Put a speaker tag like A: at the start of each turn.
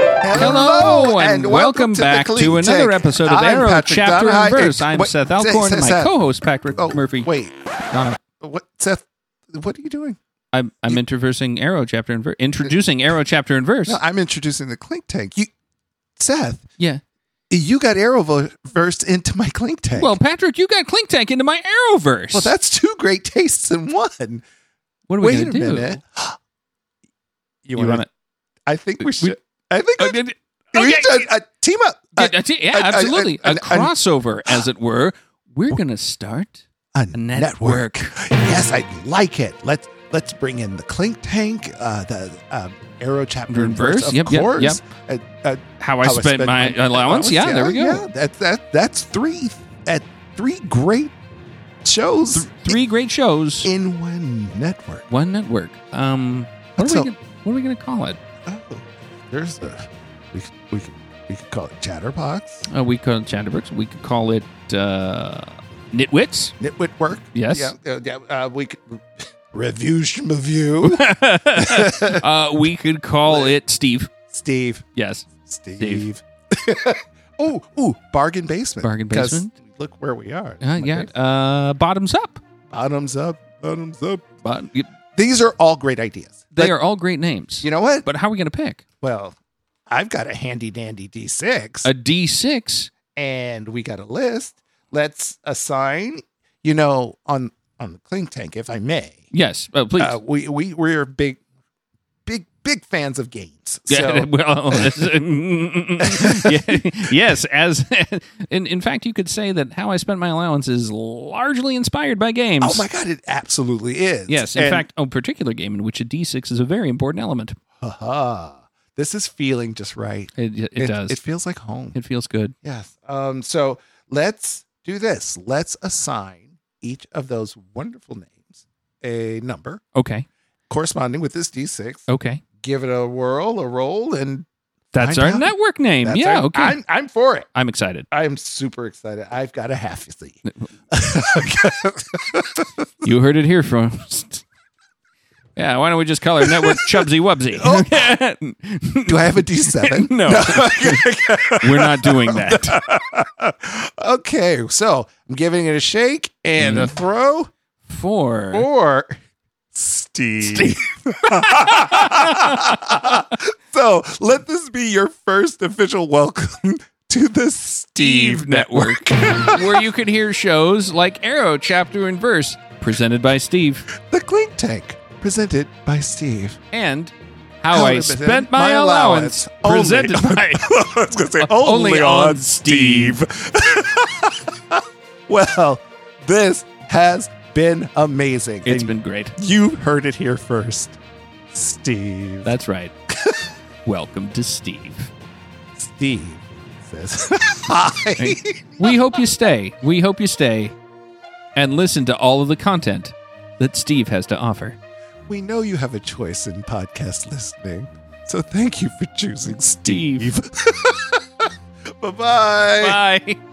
A: Hello, and welcome
B: the
A: back to,
B: Clean
A: another
B: Tech.
A: episode of
B: I'm
A: Arrow
B: Patrick
A: Chapter
B: Donahue.
A: and Verse.
B: It-
A: I'm
B: wait,
A: Seth
B: say-
A: Alcorn,
B: say
A: and my
B: Seth.
A: co-host Patrick
B: Oh,
A: Murphy.
B: Wait,
A: Donna.
B: what, Seth? What are you doing?
A: I'm, I'm introducing Arrow Chapter and Verse. Introducing Arrow Chapter and Verse.
B: No, I'm introducing the clink tank. You, Seth,
A: yeah.
B: you got Arrowverse into my clink tank.
A: Well, Patrick, you got Clink Tank into my Arrowverse.
B: well, that's two great tastes in one.
A: what are we
B: Wait
A: gonna
B: a
A: do?
B: minute.
A: You,
B: wanna-
A: want to?
B: I think we
A: We- uh,
B: should. I think we,
A: Okay.
B: we should uh, team up. Uh,
A: Yeah, yeah,
B: I- I-
A: absolutely.
B: I- I-
A: a crossover, as it were. We're gonna start.
B: a
A: network.
B: Yes, I like it. Let's let's bring in the Clink Tank, uh, the um, Arrow chapter and
A: Verse,
B: verse, of
A: yep, yep,
B: course.
A: yep.
B: Uh, uh,
A: How I
B: how
A: spent my, allowance. Yeah, there we go.
B: Yeah, that, that that's three at three great shows
A: Three great shows.
B: in one network.
A: One network. Um, what are,
B: So-
A: we gonna, what are we going to call it?
B: Oh, there's the we could- we could we could call it Chatterbox,
A: Uh, we call it Chatterbrooks. We could call it uh, Nitwits.
B: Nitwit Work.
A: Yes.
B: Yeah, uh, yeah. Uh, we could review schmeview.
A: uh, we could call it Steve.
B: Steve.
A: Yes.
B: Steve. oh, ooh, bargain basement.
A: Bargain
B: 'Cause
A: basement.
B: Look where we are.
A: Uh, yeah. Uh, bottoms up.
B: Bottoms up. Bottoms up.
A: But y-
B: These are all great ideas.
A: they
B: But
A: are all great names.
B: You know what?
A: But how are we going to pick
B: Well, I've got a handy dandy D6,
A: a D six?
B: and we got a list. Let's assign. You know, on on the clink tank, if I may.
A: Yes. Oh, please.
B: Uh, we we we're big, big big fans of games.
A: Yeah,
B: So
A: well, uh, yeah, yes. As in, in fact, you could say that how I spent my allowance is largely inspired by games.
B: oh my god, it absolutely is.
A: Yes, in
B: And-
A: fact, a particular game in which a D6 is a very important element.
B: haha, this is feeling just right.
A: It, it, does.
B: It
A: It,
B: feels like home.
A: feels good.
B: Yes. Um, so let's do this. Let's assign each of those wonderful names a number
A: Okay.
B: corresponding with this D6.
A: Okay.
B: Give it a whirl, a roll, and
A: That's
B: Find
A: our
B: out.
A: network name.
B: that's
A: yeah.
B: our-
A: okay. I'm,
B: I'm, I'm for it.
A: excited.
B: I'm super excited. I've got a half seat.
A: You heard it here first. yeah. Why don't we just call our network Chubsy Wubsy?
B: do I have a D7?
A: no. We're not doing that.
B: okay. So I'm giving it a shake and
A: Mm-hmm.
B: a throw
A: Four.
B: or Steve. so let this be your first official welcome to the Steve
A: Network, where you can hear shows like Arrow Chapter and Verse, presented by Steve,
B: The Clink Tank, presented by Steve.
A: and How I Spent My, Allowance,
B: Allowance, only-
A: presented by
B: I was going to say
A: Only on Steve.
B: well, this has been amazing.
A: It's
B: And
A: been great.
B: you heard it here first. Steve.
A: That's right. Welcome to Steve.
B: Steve says hi.
A: We hope you stay. We hope you stay and listen to all of the content that Steve has to offer.
B: We know you have a choice in podcast listening, so thank you for choosing Steve. Bye-bye.
A: Bye.